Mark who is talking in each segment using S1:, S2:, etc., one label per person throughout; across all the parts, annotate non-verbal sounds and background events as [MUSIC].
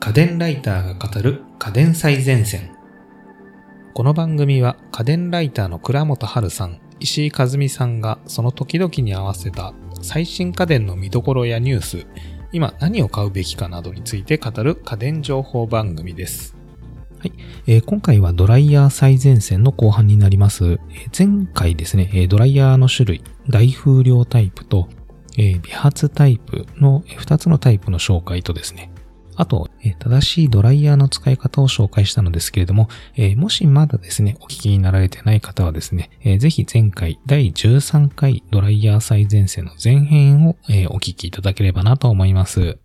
S1: 家電ライターが語る家電最前線。この番組は家電ライターの倉本春さん、石井和美さんがその時々に合わせた最新家電の見どころやニュース、今何を買うべきかなどについて語る家電情報番組です。はい、えー今回はドライヤー最前線の後半になります。えー前回ですね、えードライヤーの種類、大風量タイプと、えー微発タイプの2つのタイプの紹介とですね、あと、えー正しいドライヤーの使い方を紹介したのですけれども、えーもしまだですね、お聞きになられてない方はですね、えーぜひ前回第13回ドライヤー最前線の前編を、えーお聞きいただければなと思います。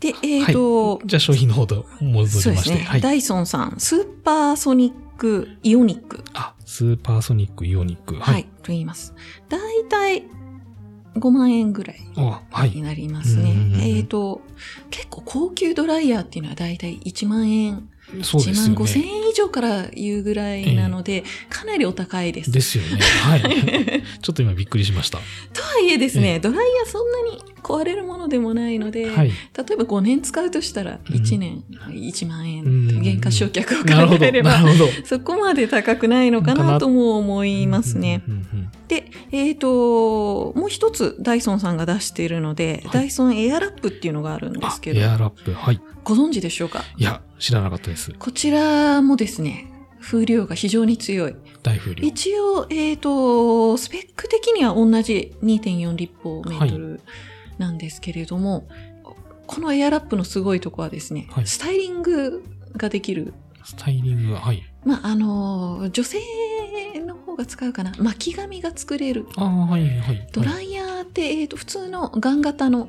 S2: で、えっ、と、
S1: じゃあ商品の方と戻
S2: そ
S1: り
S2: うで
S1: ますして。
S2: ね、ダイソンさん、スーパーソニック、イオニック、
S1: あ、スーパーソニック、イオニック。
S2: はい、。と言います。だいたい5万円ぐらい
S1: あ、は
S2: に
S1: い。
S2: なりま
S1: うん
S2: す
S1: うんうん
S2: ね。えっ、と、結構高級ドライヤーっていうのはだいたい1万円、
S1: そうで
S2: 1
S1: す
S2: 万
S1: よ
S2: 5千
S1: ね。
S2: 円以上から言うぐらいなので、かなりお高いです。
S1: ですよね。
S2: [LAUGHS]
S1: はい。ちょっと今びっくりしました。
S2: とはいえですね、ドライヤーそんなに壊れるものでもないので、
S1: はい。
S2: 例えば5年使うとしたら1年1万円、
S1: うん
S2: 減価償却を
S1: なるほ
S2: 考え
S1: ど。
S2: れば
S1: なるほど。
S2: そこまで高くないのか
S1: かな
S2: なとも思いますね。
S1: うんうん
S2: で、えっ、と、もう一つダイソンさんが出しているので、
S1: はい
S2: ダイソンエアラップっていうのがあるん
S1: うん。
S2: で
S1: あ
S2: す、け
S1: エ
S2: ど、
S1: アラップ。はい。
S2: ご存知でしょうか
S1: いや、知らなかったです。
S2: こちらもですね、風量が非常に強い。
S1: 大風量。
S2: 一応、えっ、と、スペック的には同じ2.4立方メートルなんですけれども、このエアラップのすごいとこはですね、
S1: はい
S2: スタイリングができる
S1: スタイリングは、はい。
S2: まあ、あの、女性の方が使うかな。巻き髪が作れる。
S1: ああ、はい、はい。
S2: ド
S1: イ
S2: ライヤーって、えーと、普通のガン型の、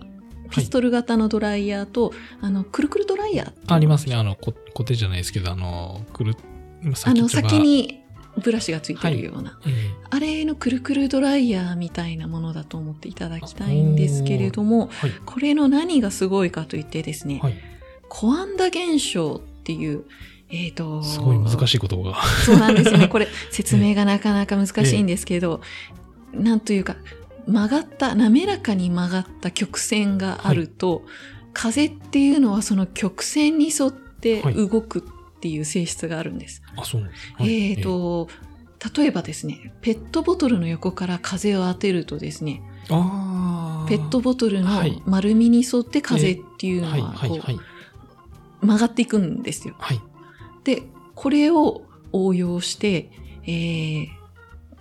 S2: ピストル型のドライヤーと、あの、くるくるドライヤーっていうの。
S1: ありますね。あの、こ、コテじゃないですけど、あの、くる、今
S2: あの、
S1: っちょが
S2: 先。にブラシがついてるような。
S1: え
S2: あれのくるくるドライヤーみたいなものだと思っていただきたいんですけれども
S1: え、はい。
S2: これの何がすごいかといってですね、
S1: はい。
S2: コアンダ現象っていう、えっ、と、
S1: すごい難しい言葉が。 [LAUGHS]
S2: そうなんですよね。これ、説明がなかなか難しいんですけど、なんというか、曲がった、滑らかに曲がった曲線があると、風っていうのはその曲線に沿って
S1: はい
S2: 動くっていう性質があるんです。
S1: あ、そうなんですね。はい
S2: えっ、と、例えばですね、ペットボトルの横から風を当てるとですね、
S1: ええ。ああ。
S2: ペットボトルの
S1: はい
S2: 丸みに沿って風っていうの
S1: はい、
S2: は
S1: は
S2: こ
S1: い、は
S2: う
S1: い。
S2: 曲がっていくんですよ。
S1: はい。
S2: で、これを応用して、えー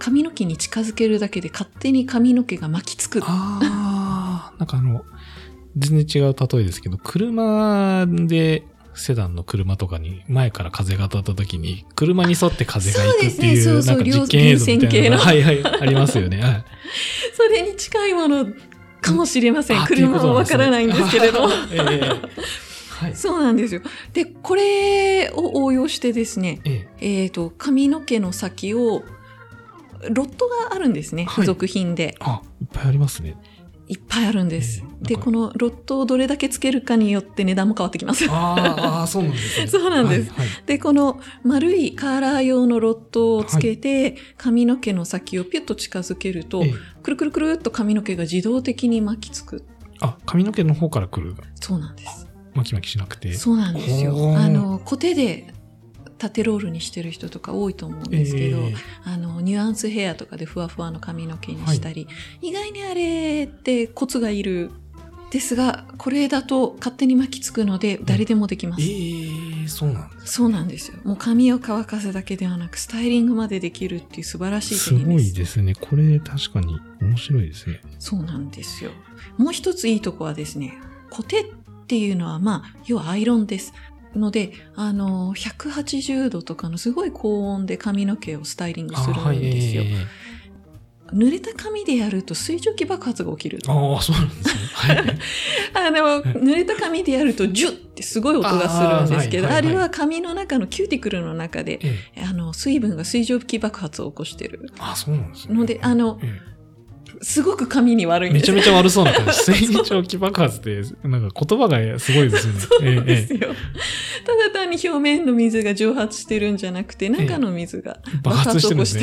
S2: 髪の毛に近づけるだけで勝手に髪の毛が巻きつく。
S1: ああ、なんかあの、全然違う例えですけど、車で、セダンの車とかに、前から風が当たった時に、車に沿って風が行くってい、
S2: そううです
S1: な
S2: ね
S1: んか
S2: そうそう
S1: 実験映像みたいなのが、
S2: 両
S1: はいはい、あります
S2: [LAUGHS]
S1: よね。はい
S2: それに近いものかもしれません。
S1: あ
S2: 車はわからないんですけれど。
S1: ということなんですね [LAUGHS] ええはい。
S2: そうなんですよ。で、これを応用してですね、
S1: ええ
S2: えっ、と、髪の毛の先を、ロットがあるんですね。
S1: はい
S2: 付属品で。
S1: あ、いっぱいありますね。
S2: い、っぱいあるんです。
S1: ええ
S2: で、
S1: なんか
S2: このロットをどれだけつけるかによって値段も変わってきます。
S1: あーあー、そうなんですね。
S2: そうなんです
S1: はい。
S2: で、この丸いカーラー用のロットをつけて、髪の毛の先をピュッと近づけると、
S1: はいええ
S2: くるくるくるっと髪の毛が自動的に巻きつく。
S1: あ、髪の毛の方から来る。
S2: そうなんです。
S1: 巻き巻きしなくて。
S2: そうなんですよ
S1: ほう。
S2: あの、コテで縦ロールにしてる人とか多いと思うん
S1: ええ
S2: ですけど、あの、ニュアンスヘアとかでふわふわの髪の毛にしたり、意外にあれってコツがいる。ですが、これだと勝手に巻きつくので、誰でもできます。
S1: ええ、そうなんです。
S2: そうなんですよ。もう髪を乾かすだけではなく、スタイリングまでできるっていう素晴らしい
S1: す
S2: 点
S1: ご
S2: です。
S1: いですね。これ確かに面白いですね。
S2: そうなんですよ。もう一ついいとこはですね、コテっていうのはまあ、要はアイロンです。ので、あの、180度とかのすごい高温で髪の毛をスタイリングするんですよ。
S1: あーはい
S2: 濡れた髪でやると水蒸気爆発が起きる。
S1: えーあー、そうなんですね。はい。
S2: あの、濡れた髪でやるとジュッってすごい音がするんですけど、
S1: あー
S2: あ,、
S1: はいはいはい
S2: れは髪の中のキューティクルの中で、
S1: ええ
S2: あの、水分が水蒸気爆発を起こしてる。
S1: あ、そうなんですね。
S2: ので、あの、
S1: え
S2: すごく髪に悪いん
S1: め
S2: で
S1: ち
S2: す
S1: ゃめちゃ悪そうな感じ。水蒸気爆発って、なんか言葉がすごいですね。
S2: そうなんです
S1: ええ
S2: よ。 [LAUGHS] ただ単に表面の水が蒸発してるんじゃなくて、中の水が
S1: 爆発してるんですね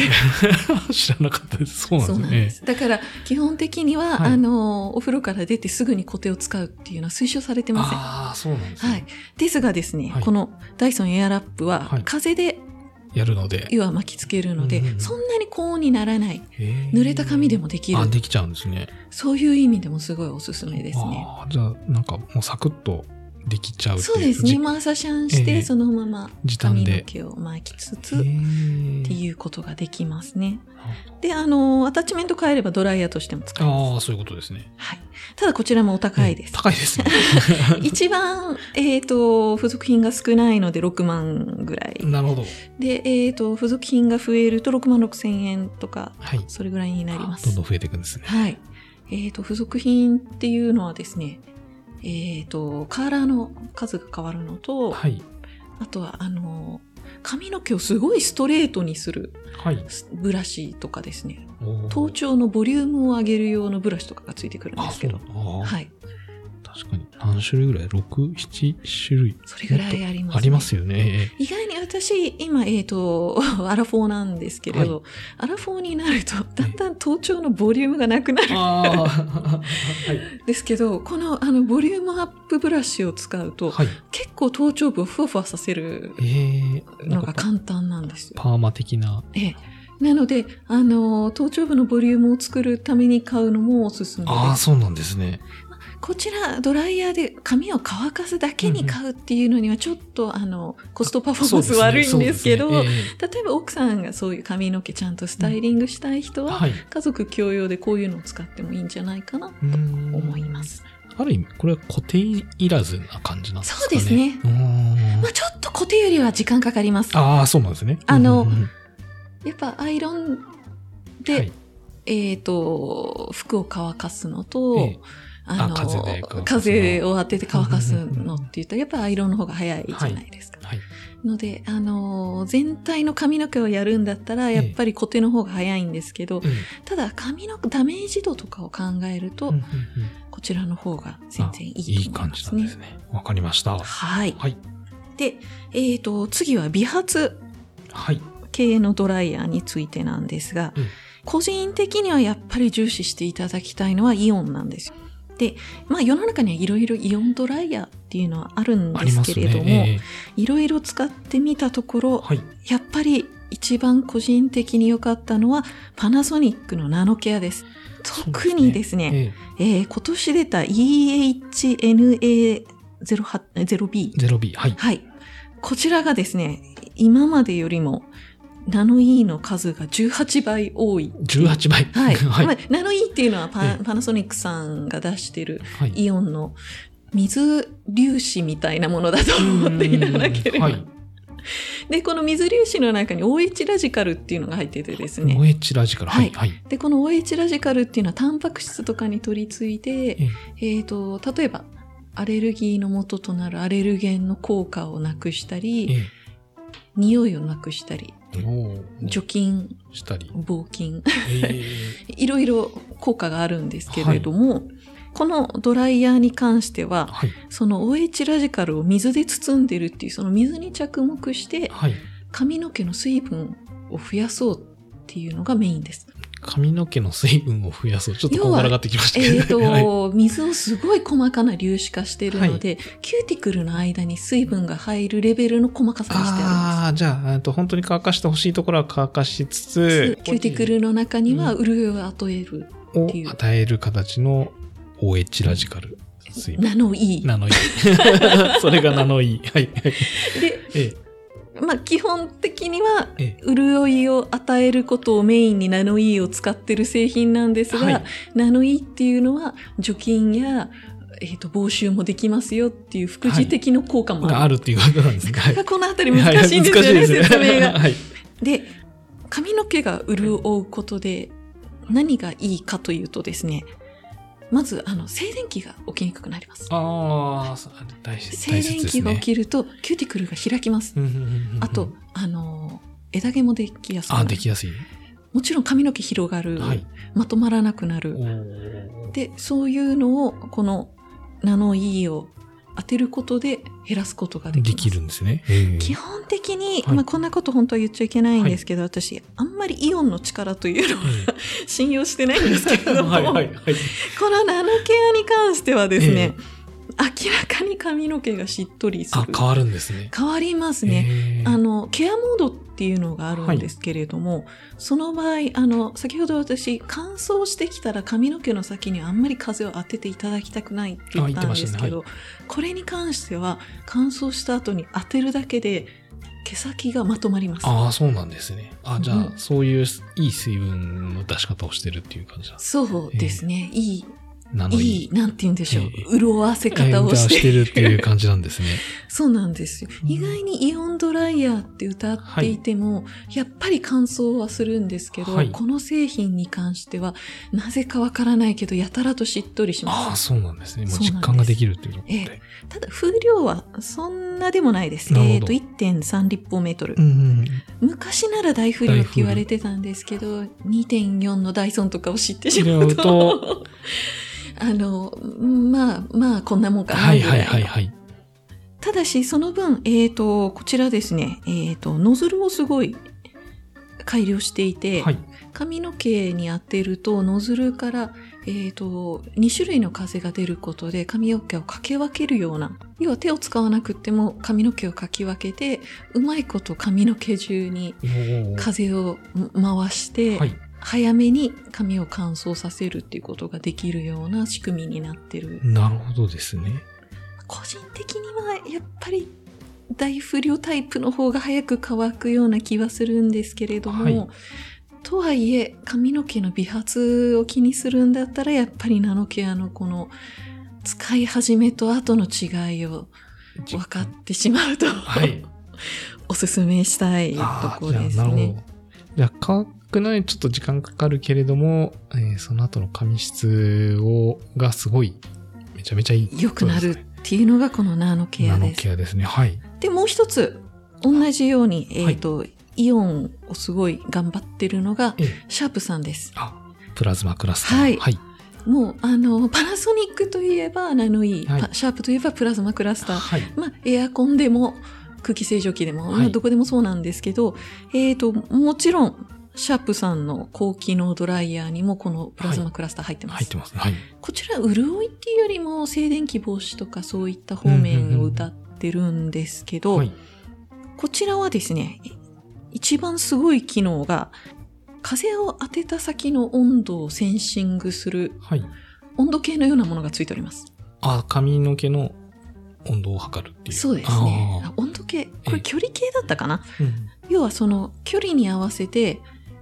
S1: [LAUGHS]
S2: 爆。
S1: 知らなかったです。そうなん
S2: そう
S1: です
S2: なん
S1: ね。
S2: です。だから、基本的には、
S1: はい
S2: あの、お風呂から出てすぐにコテを使うっていうのは推奨されてません。
S1: ああ、そうなんですね。
S2: はい。ですがですね、
S1: はい
S2: このダイソンエアラップは
S1: はい、
S2: 風で
S1: やるので。
S2: 湯は巻きつけるので、
S1: うんうんうん
S2: そんなに高温にならない。濡
S1: 濡
S2: れた髪でもできる
S1: あ、。できちゃうんですね。
S2: そういう意味でもすごいおすすめですね。
S1: あーじゃあ、なんかもうサクッとできちゃうっていう
S2: そうですね。
S1: じ
S2: まあ朝シャン
S1: え
S2: して、
S1: え
S2: そのまま
S1: 時短
S2: 髪の
S1: で。
S2: 毛を巻きつつ、
S1: へ
S2: っ
S1: ー
S2: ていうことができますね。
S1: なるほど
S2: で、あの、アタッチメント変えればドライヤーとしても使えます。
S1: ああ、そういうことですね。
S2: はい。ただこちらもお高いです。
S1: 高い
S2: [LAUGHS]
S1: ですね。
S2: 一番、えっ、と、付属品が少ないので6万ぐらい。
S1: なるほど。
S2: で、えっ、と、付属品が増えると6万6千円とか、
S1: はい。
S2: それぐらいになりま
S1: どん
S2: す
S1: ど。ん増えていくんですね。
S2: はい。えっ、と、付属品っていうのはですね、えっ、と、カーラーの数が変わるのと、
S1: はい。
S2: あとは、あの、髪の毛をすごいストレートにする
S1: はい。
S2: ブラシとかですね、
S1: おー
S2: 頭頂のボリュームを上げる用のブラシとかがついてくるんで
S1: あ、
S2: す
S1: そ
S2: け
S1: うだ
S2: ど。。
S1: ああ、
S2: はい。
S1: 確かに。何種類ぐらい ?6、7種類
S2: それぐらいあります、
S1: ありますよ
S2: [LAUGHS]
S1: ね。
S2: 意外に私、今、えっ、と、アラフォーなんですけれど、アラフォーになると、だんだん頭頂のボリュームがなくなるん
S1: ああ、はい。
S2: ですけど、この、あの、ボリュームアップブラシを使うと、
S1: はい。
S2: 結構頭頂部をふわふわさせる
S1: えー、な
S2: の
S1: んか
S2: が
S1: パ
S2: 簡単なんですよ。
S1: パーマ的な。
S2: ええなので、あの、頭頂部のボリュームを作るために買うのもおすすめで
S1: ああ、
S2: す。
S1: そうなんですね。
S2: こちら、ドライヤーで髪を乾かすだけに買うっていうのには、ちょっと、あの、コストパフォーマンス悪いんですけど、
S1: そうですね
S2: 例えば奥さんがそういう髪の毛ちゃんとスタイリングしたい人
S1: えー
S2: は、
S1: はい。
S2: 家族共用でこういうのを使ってもいいんじゃないかな
S1: う
S2: と
S1: ーん
S2: 思いま。す。
S1: ある意味、これは固定いらずな感じなんですかね。
S2: そうですね
S1: うーん
S2: まあちょっと固定よりは時間かかります。や
S1: ああ、そうなんですね。
S2: あの
S1: うんうんうん
S2: っぱアイロンで、
S1: はい
S2: えっ、と、服を乾かすのと、
S1: ええ
S2: あ
S1: あ
S2: の
S1: 風で乾かすの
S2: 風を当てて乾かすのって言ったら、やっぱアイロンの方が早いじゃないですか。
S1: はい。
S2: ので、あの、全体の髪の毛をやるんだったら、やっぱり固定の方が早いんですけ
S1: う
S2: ど、
S1: ん
S2: ただ髪のダメージ度とかを考えると、
S1: うんうんうん
S2: こちらの方が全然い
S1: い
S2: い
S1: い
S2: と思い
S1: 感
S2: ま
S1: じ
S2: す
S1: なん
S2: ね。
S1: ですね。わかりました。
S2: はい。
S1: はい。
S2: で、えっ、と、次は美髪
S1: はい。
S2: 系のドライヤーについてなんですが、
S1: うん
S2: 個人的にはやっぱり重視していただきたいのはイオンなんですよ。で、まあ世の中にはいろいろイオンドライヤーっていうのはあるん
S1: あ
S2: で
S1: り
S2: す
S1: ます
S2: け
S1: ね
S2: れど。も、
S1: え
S2: いろいろ使ってみたとこ
S1: え
S2: ろ、
S1: はい。
S2: やっぱり一番個人的に良かったのはパナソニックのナノケアです。
S1: そうですね
S2: 特にですね、
S1: え
S2: えー今年出た EHNA0B
S1: え、ゼロ B。はい。
S2: はい。こちらがですね、今までよりもナノ E の数が18倍多い。
S1: 18倍。
S2: は
S1: [LAUGHS]
S2: い。
S1: はい
S2: まあ。ナノ E っていうのはパ,、
S1: ええ
S2: パナソニックさんが出してる
S1: はい。
S2: イオンの水粒子みたいなものだと思っていただければ。
S1: うんはい
S2: で、この水粒子の中に OH ラジカルっていうのが入っててですね。
S1: 萌えチラジから。はい。はい。
S2: で、この OH ラジカルっていうのはタンパク質とかに取り付いて、
S1: え
S2: えっ、と、例えば、アレルギーの元となるアレルゲンの効果をなくしたり、
S1: え
S2: 匂いをなくしたり、
S1: え。おー
S2: 除菌、
S1: したり。
S2: 防菌、 [LAUGHS]
S1: え
S2: いろいろ効果があるんですけれども、このドライヤーに関して
S1: え。
S2: は、
S1: はい。
S2: その OH ラジカルを水で包んでるっていう、その水に着目して、
S1: はい。
S2: 髪の毛の水分を増やそうっていうのがメインです。
S1: 髪の毛の水分を増やそう。ちょっとこんがらがってきましたけど。
S2: えっ、 [LAUGHS] と、
S1: [LAUGHS] はい
S2: 水をすごい細かな粒子化しているので、キューティクルの間に水分が入るレベルの細かさにしてあ
S1: ああ、じゃあ、えっと本当に乾かしてほしいところは乾かしつ
S2: ります
S1: つ、。
S2: キューティクルの中には潤いを与える、
S1: を
S2: っていう
S1: 与える形の OH ラジカル水分。
S2: ナノイー。
S1: ナノイー。 [LAUGHS] それがナノイー。はい。
S2: で、
S1: え
S2: まあ、基本的には
S1: え、え
S2: 潤いを与えることをメインにナノイーを使ってる製品なんですが、
S1: はい
S2: ナノイーっていうのは除菌や、えー、と防臭もできますよっていう副次的な効果
S1: え。
S2: もある。
S1: があるっていうことなんです
S2: な
S1: ね。
S2: か
S1: は
S2: ないかこのあたり難しいんで
S1: はい
S2: すよね、
S1: 難しいです
S2: 説明が。
S1: はい。
S2: で、髪の毛が潤うことで何がいいかというとですね、まず、あの、静電気が起きにくくなります。
S1: ああ、そう大事
S2: 静
S1: 大切
S2: 電
S1: です
S2: 気が起
S1: ね。
S2: きると、キューティクルが開きます。
S1: うんうんうんうん
S2: あと、、あの、枝毛もできやすくな
S1: あ、
S2: る
S1: できやすい。
S2: もちろん髪の毛広がる、
S1: はい。
S2: まとまらなくなる
S1: お。ー
S2: で、そういうのを、このナノイーを当てることで減らすことができ
S1: で
S2: ます。
S1: きるんですね。ええ
S2: 基本的に、
S1: はい
S2: まあこんなこと本当は言っちゃいけないんですけど、私、あんまりイオンの力というのは信用してないんですけれ
S1: う
S2: [LAUGHS] ど
S1: ん
S2: も、
S1: [LAUGHS] はいはいはい。
S2: このナノケアに関してはですね、明らかに髪の毛がしっとりする
S1: あ、。変わるんですね。
S2: 変わりますね。
S1: ええ
S2: あの、ケアモードっていうのがあるんですけれども、その場合、あの、先ほど私、乾燥してきたら髪の毛の先にあんまり風を当てていただきたくないって言ったんですけど、
S1: あ言ってま
S2: これに関しては、乾燥した後に当てるだけで、毛先がまとまります。
S1: ああ、そうなんですね。あじゃあ、
S2: うん
S1: そういういい水分の出し方をしてるっていう感じだ。
S2: そうですね。いい、
S1: なの
S2: い
S1: に
S2: い、、なんて言うんでしょう。
S1: え
S2: 潤わせ方を
S1: 歌
S2: し。
S1: しててるっていう感じなんです
S2: [LAUGHS]
S1: ね。
S2: そうなんですよ。
S1: うん
S2: 意外にイオンドライヤーって歌っていても、やっぱり乾燥はするんですけど、
S1: はい
S2: この製品に関しては、なぜかわからないけど、やたらとしっとりし
S1: あ
S2: ま
S1: あ、
S2: す。
S1: そうなんですね。もう
S2: そうなん
S1: 実
S2: です
S1: 感ができるっていうことで。
S2: ええただ、風量はそんなでもないです。
S1: なるほど
S2: えっ、と、1.3立方メートル
S1: う。んうん。
S2: 昔なら大風量って言われてたんですけど、2.4のダイソンとかを知ってしまうと、 [LAUGHS] あの、まあ、まあ、こんなもんかなぐ
S1: は
S2: ら
S1: い
S2: いの。
S1: はいはいはい。
S2: ただし、その分、えっ、と、こちらですね、えっ、と、ノズルをすごい改良していて、
S1: はい。
S2: 髪の毛に当てると、ノズルから、えっ、と、2種類の風が出ることで、髪の毛をかけ分けるような、要は手を使わなくっても髪の毛をかき分けて、うまいこと髪の毛中に
S1: おー
S2: 風を回して、
S1: はい。
S2: 早めに髪を乾燥させるっていうことができるような仕組みになってる
S1: なるほどですね。
S2: 個人的にはやっぱり大不良タイプの方が早く乾くような気はするんですけれども、
S1: はい
S2: とはいえ髪の毛の美髪を気にするんだったらやっぱりナノケアのこの使い始めと後の違いを分かってしまうと、
S1: はい。
S2: [LAUGHS] おすすめしたいと
S1: あ
S2: こ
S1: あ、じゃあ
S2: です
S1: なるほ
S2: ね
S1: ど。。じゃあ、乾くのにちょっと時間かかるけれども、えーその後の髪質を、がすごい、めちゃめちゃいい。
S2: 良くなるっていうのがこのナノケ
S1: ナ
S2: ア
S1: ノ
S2: です。
S1: ケアですね。はい。
S2: で、もう一つ、同じように、
S1: はい
S2: えっ、と、イオンをすごい頑張ってるのが、
S1: ええ
S2: シャープさんです。
S1: あ、プラズマクラスター。
S2: はい
S1: はい。
S2: もう、あの、パナソニックといえばナノイー、
S1: はい
S2: パシャープといえばプラズマクラスター。
S1: はい。
S2: まあ、エアコンでも、空気清浄機でも、
S1: はい
S2: まあ、どこでもそうなんですけど、えっ、と、もちろん、シャープさんの高機能ドライヤーにもこのプラズマクラスター入ってます。
S1: 入ってますね。はい。
S2: こちら、潤いっていうよりも、静電気防止とかそういった方面を歌ってるんですけど、
S1: はい。
S2: こちらはですね、い一番すごい機能が、風を当てた先の温度をセンシングする
S1: はい。
S2: 温度計のようなものがついております。
S1: あ、髪の毛の温度を測るっていう。
S2: そうですね。あ
S1: あ
S2: 温度計、こ
S1: ええ
S2: れ距離計だったかな
S1: ー。うん
S2: 要はその距離に合わせて、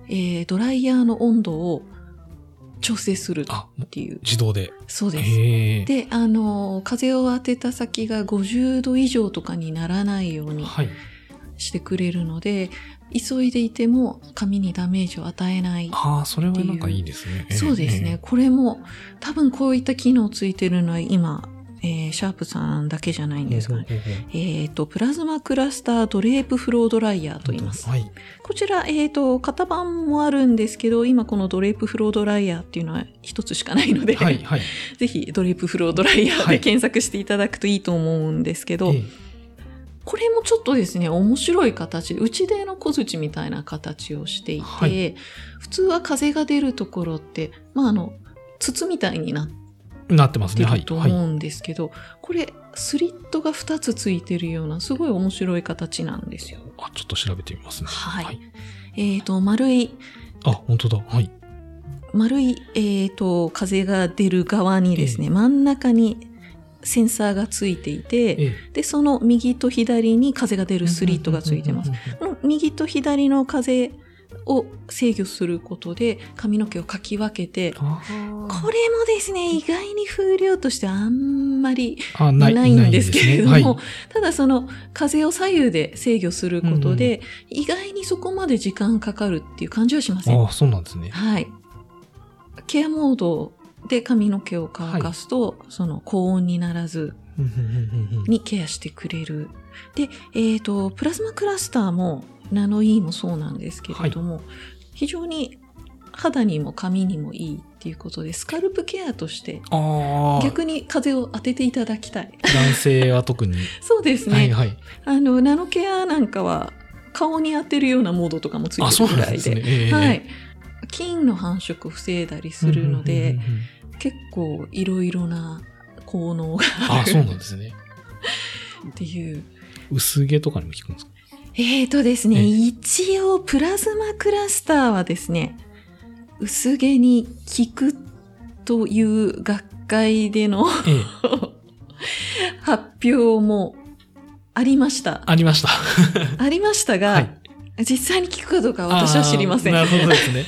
S2: えードライヤーの温度を調整するっ
S1: あ、もう
S2: ていう。
S1: 自動で。
S2: そうです。
S1: へえ。
S2: で、あの、風を当てた先が50度以上とかにならないように
S1: はい。
S2: してくれるので、急いでいても髪にダメージを与えない
S1: ああ、それはなんかいいですね。
S2: そうですね。これも、多分こういった機能ついてるのは今、えーシャープさんだけじゃない
S1: え
S2: ん
S1: ー。
S2: ですが、
S1: うんうんうんうん
S2: えっ、と、プラズマクラスタードレープフロードライヤーと言います。
S1: はい。
S2: こちら、えっ、と、型番もあるんですけど、今このドレープフロードライヤーっていうのは一つしかないので、
S1: はい、はい。
S2: [LAUGHS] ぜひドレープフロードライヤー
S1: はい
S2: で検索していただくといいと思うんですけど、
S1: ええ
S2: これもちょっとですね、面白い形で、内での小槌みたいな形をしていて、
S1: はい
S2: 普通は風が出るところって、まあ、あの、筒みたいになっ
S1: なってます
S2: て
S1: ね。は
S2: る
S1: い。
S2: と
S1: はい。
S2: 思うんですけど、これ、スリットが2つついてるような、すごい面白い形なんですよ。
S1: あ、ちょっと調べてみますね。
S2: はい。えっ、と、丸い、
S1: あ、本当だ。はい。
S2: 丸い、えっ、と、風が出る側にですね、真ん中にセンサーがついていて、
S1: ええ
S2: で、その右と左に風が出るスリットがついてます。。この右と左の風を制御することで髪の毛をかき分けて、こ
S1: あ
S2: れもですね、意外に風量としてあんまり
S1: あ、な、
S2: ないいんですけれども、
S1: ないんですね
S2: ただその風を左右で制御することで、意外にそこまで時間かかるっていう感じはしませ
S1: はい、
S2: ん。
S1: あ、そうなんですね。
S2: はい。ケアモードで髪の毛を乾かすと、その高温にならず
S1: うんうんうんうん
S2: にケアしてくれる。で、えっ、と、プラズマクラスターもナノイーもそうなんですけれども、非常に肌にも髪にもいいっていうことでスカルプケアとして
S1: ああ。
S2: 逆に風を当てていただきたい
S1: 男性は特に。
S2: そうですね、
S1: はいはい。
S2: あのナノケアなんかは顔に当てるようなモードとかもつ
S1: あ、
S2: いて
S1: そう
S2: るく
S1: な
S2: ら
S1: んで
S2: い
S1: す
S2: で
S1: ね。ええ
S2: はい、菌の繁殖を防いだりするので、。
S1: うんうんうんうんうん
S2: 結構いろいろな効能が
S1: あ、そうなんですね。
S2: っていう。
S1: 薄毛とかにも効くんですか
S2: [LAUGHS] えーとですね、
S1: ええ
S2: 一応プラズマクラスターはですね、薄毛に効くという学会での [LAUGHS]
S1: ええ。
S2: 発表もありました。
S1: ありました。
S2: ありましたが、
S1: はい
S2: 実際に効くかどうかは私は知りません。こ
S1: あーなるほどです
S2: [LAUGHS]
S1: ね。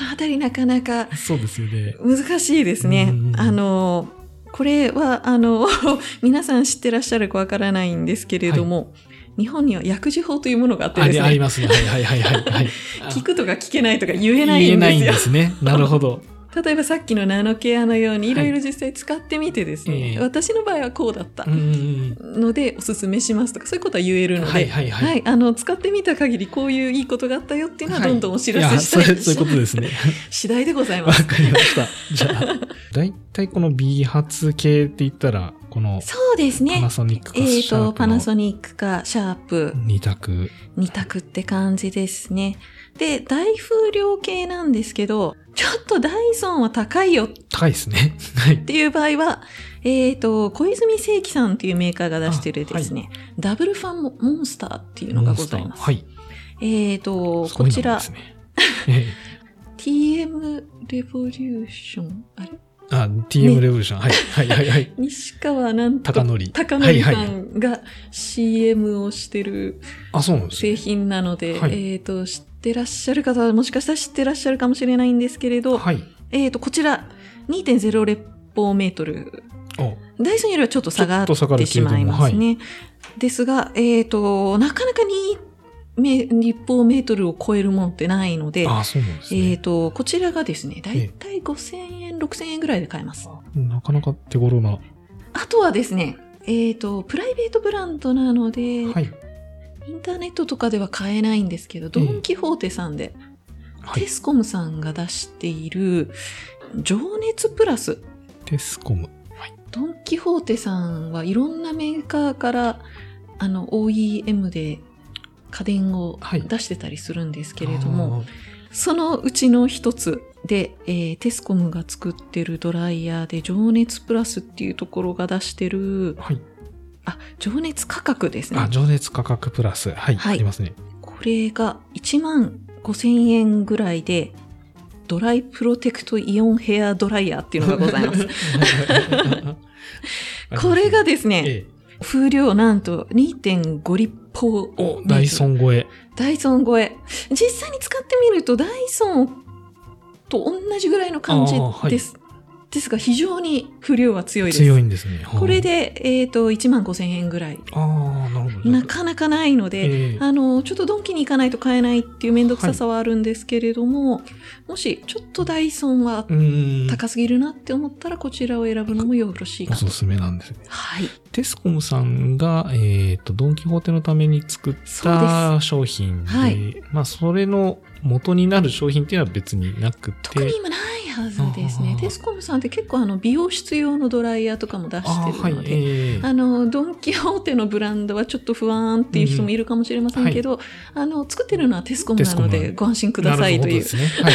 S2: のあたりなかなか
S1: そうですよね。
S2: 難しいですね
S1: うんうんう。ん
S2: あの、これは、あの、 [LAUGHS] 皆さん知ってらっしゃるかわからないんですけれども、日本には薬事法というものがあって
S1: あ
S2: で
S1: り
S2: す
S1: あり
S2: ね、
S1: ますね。はいはいはいはいはい。
S2: 聞くとか聞けないとか言
S1: あ
S2: えないんですよ。
S1: すね。なるほど。
S2: 例えばさっきのナノケアのように
S1: はい
S2: いろいろ実際使ってみてですね、
S1: ええ
S2: 私の場合はこうだった
S1: うんうんうん
S2: のでおすすめしますとかそういうことは言えるので、
S1: はいはいはい。
S2: はいあの使ってみた限りこういういいことがあったよっていうのはどんどんお知ら
S1: い
S2: せ
S1: や
S2: したい
S1: それそういうことですね。 [LAUGHS]
S2: 次第でござい
S1: わ
S2: ます。
S1: かりました。じゃあ、だいたいこの B 発系って言ったら、この
S2: そうです
S1: パ
S2: ね
S1: ナ。ソニックか
S2: えっ、
S1: シャ
S2: と、
S1: ープ
S2: パナ
S1: の
S2: ソニックかシャープ
S1: 二択。
S2: 2択って感じですね。で、大風量計なんですけど、ちょっとダイソンは高いよっ
S1: 高いですね。はい。
S2: ていう場合は、えっ、と、小泉正規さんっていうメーカーが出してるですね、ダブルファンモンスターっていうのがございます。
S1: はい。
S2: えっ、と、
S1: すご
S2: こ
S1: い
S2: ち
S1: 名前
S2: ら
S1: で、すね。ええ
S2: TM レボリューション、あれ
S1: あ、TM レボリューション。はい。はいはい
S2: [LAUGHS]
S1: はい。
S2: 西川なんと
S1: 高典
S2: 高典
S1: はい
S2: さ
S1: はい
S2: んが CM をしてる
S1: あ、そうなんですね
S2: 製品なので、
S1: はい
S2: えっ、と、知ってらっしゃる方はもしかしたら知ってらっしゃるかもしれないんですけれど、
S1: はい。
S2: えっ、と、こちら、2.0立方メートル。
S1: お
S2: ダイソンよりはちょっと下がっ
S1: ちょっと下がる
S2: て
S1: け
S2: し
S1: れども
S2: まいますね。ですが、えっ、と、なかなか2め立方メートルを超えるものってないので、
S1: あ、そうなんです
S2: え
S1: ね。
S2: っ、と、こちらがですね、だいたい5000円、6000円ぐらいで買えます。
S1: なかなか手頃な。は
S2: あとはですね、えっ、と、プライベートブランドなので、
S1: い。
S2: インターネットとかでは買えないんですけど、ドン・キホーテさんで、
S1: は
S2: テ
S1: い。
S2: スコムさんが出している情熱プラス。
S1: テスコム。はい。
S2: ドン・キホーテさんはいろんなメーカーからあの OEM で家電を
S1: はい
S2: 出してたりするんですけれども、
S1: あー、
S2: そのうちの一つで、えーテスコムが作ってるドライヤーで情熱プラスっていうところが出してる、
S1: はい。
S2: あ、情熱価格ですね
S1: あ、。情熱価格プラス。はい。
S2: はい
S1: あり
S2: [LAUGHS]
S1: ますね。
S2: これが1万5000円ぐらいで、ドライプロテクトイオンヘアドライヤーっていうのがございます。
S1: [LAUGHS]
S2: これがですね、
S1: ええ、
S2: 風量なんと2.5立方。
S1: お、ダイソ
S2: ン。
S1: ン超え。
S2: ダイソン超え。実際に使ってみると、ダイソンと同じぐらいの感じ
S1: あーはい
S2: です。ですが、非常に風量は強いです。
S1: 強いんですね。
S2: これ。で、えっ、と、1万5千円ぐらい。
S1: ああ、なるほど。
S2: なかなかないので、
S1: ええ
S2: あの、ちょっとドンキに行かないと買えないっていうめんどくささはあるんですけれども、もし、ちょっとダイソンは
S1: うーん。
S2: 高すぎるなって思ったら、こちらを選ぶのもよろしい
S1: お
S2: かと
S1: す。すめなんですね。
S2: はい。
S1: テスコムさんが、えっ、と、ドンキホーテのために作っ
S2: そう
S1: た商品で、
S2: はい
S1: まあ、それの元になる商品っていうのは別になくて。
S2: 特に今ないはずですね
S1: あ。ー
S2: テスコムさんって結構あの美容室用のドライヤーとかも出
S1: あ
S2: して
S1: ーは
S2: る
S1: い
S2: の、で、あ,、
S1: ええ
S2: の、ドン・キホーテのブランドはちょっと不安っていう人もいるかもしれませんけど、あの、作ってるのはテスコムな
S1: テ
S2: の
S1: スコ
S2: で
S1: ム
S2: ご安心くださいとい
S1: な
S2: う。
S1: るほどですね。はい。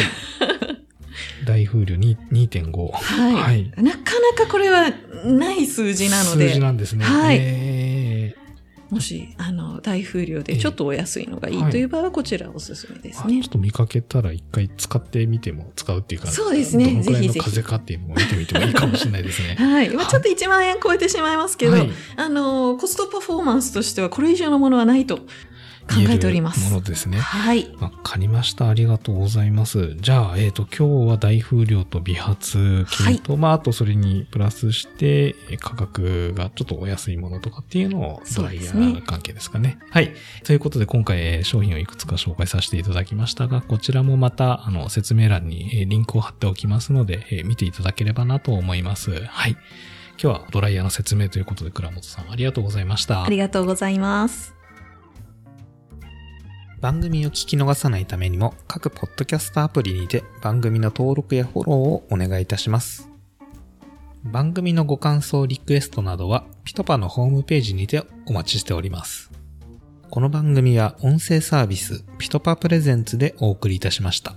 S1: [LAUGHS] 大風量に2.5。
S2: はい、
S1: はい
S2: なかなかこれはない数字なの
S1: 数字
S2: で、
S1: なんですね。
S2: はい
S1: え
S2: もし、あの、大風量でちょっとお安いのがい
S1: ええ
S2: いという場合はこちらおすすめで
S1: え
S2: す
S1: あ
S2: ね
S1: ちょっ。と見かけたら一回使ってみても、使うっていうか、
S2: そうですね
S1: どのくらいの
S2: ぜひぜひ
S1: 風かっていうのを見てみてもいいかもしれないですね。
S2: [LAUGHS] はい。まあちょっと1万円超えてしまいますけど、
S1: はい
S2: あの、コストパフォーマンスとしてはこれ以上のものはないと考えておりま
S1: 言え
S2: す
S1: るも。のですね。
S2: はい。
S1: わかりました。ありがとうございます。じゃあ、えっ、と、今日は大風量と美髪菌と、まあ、あとそれにプラスして、えー価格がちょっとお安いものとかっていうのを、ド
S2: そう
S1: ラ
S2: で
S1: イヤ
S2: すね
S1: ー関係ですかね。はい。ということで、今回、えー商品をいくつか紹介させていただきましたが、こちらもまた、あの、説明欄に、えーリンクを貼っておきますので、えー見ていただければなと思います。はい。今日はドライヤーの説明ということで、倉本さんありがとうございました。
S2: ありがとうございます。
S1: 番組を聞き逃さないためにも各ポッドキャストアプリにて番組の登録やフォローをお願いいたします。番組のご感想、リクエストなどはピトパのホームページにてお待ちしております。この番組は音声サービスピトパプレゼンツでお送りいたしました。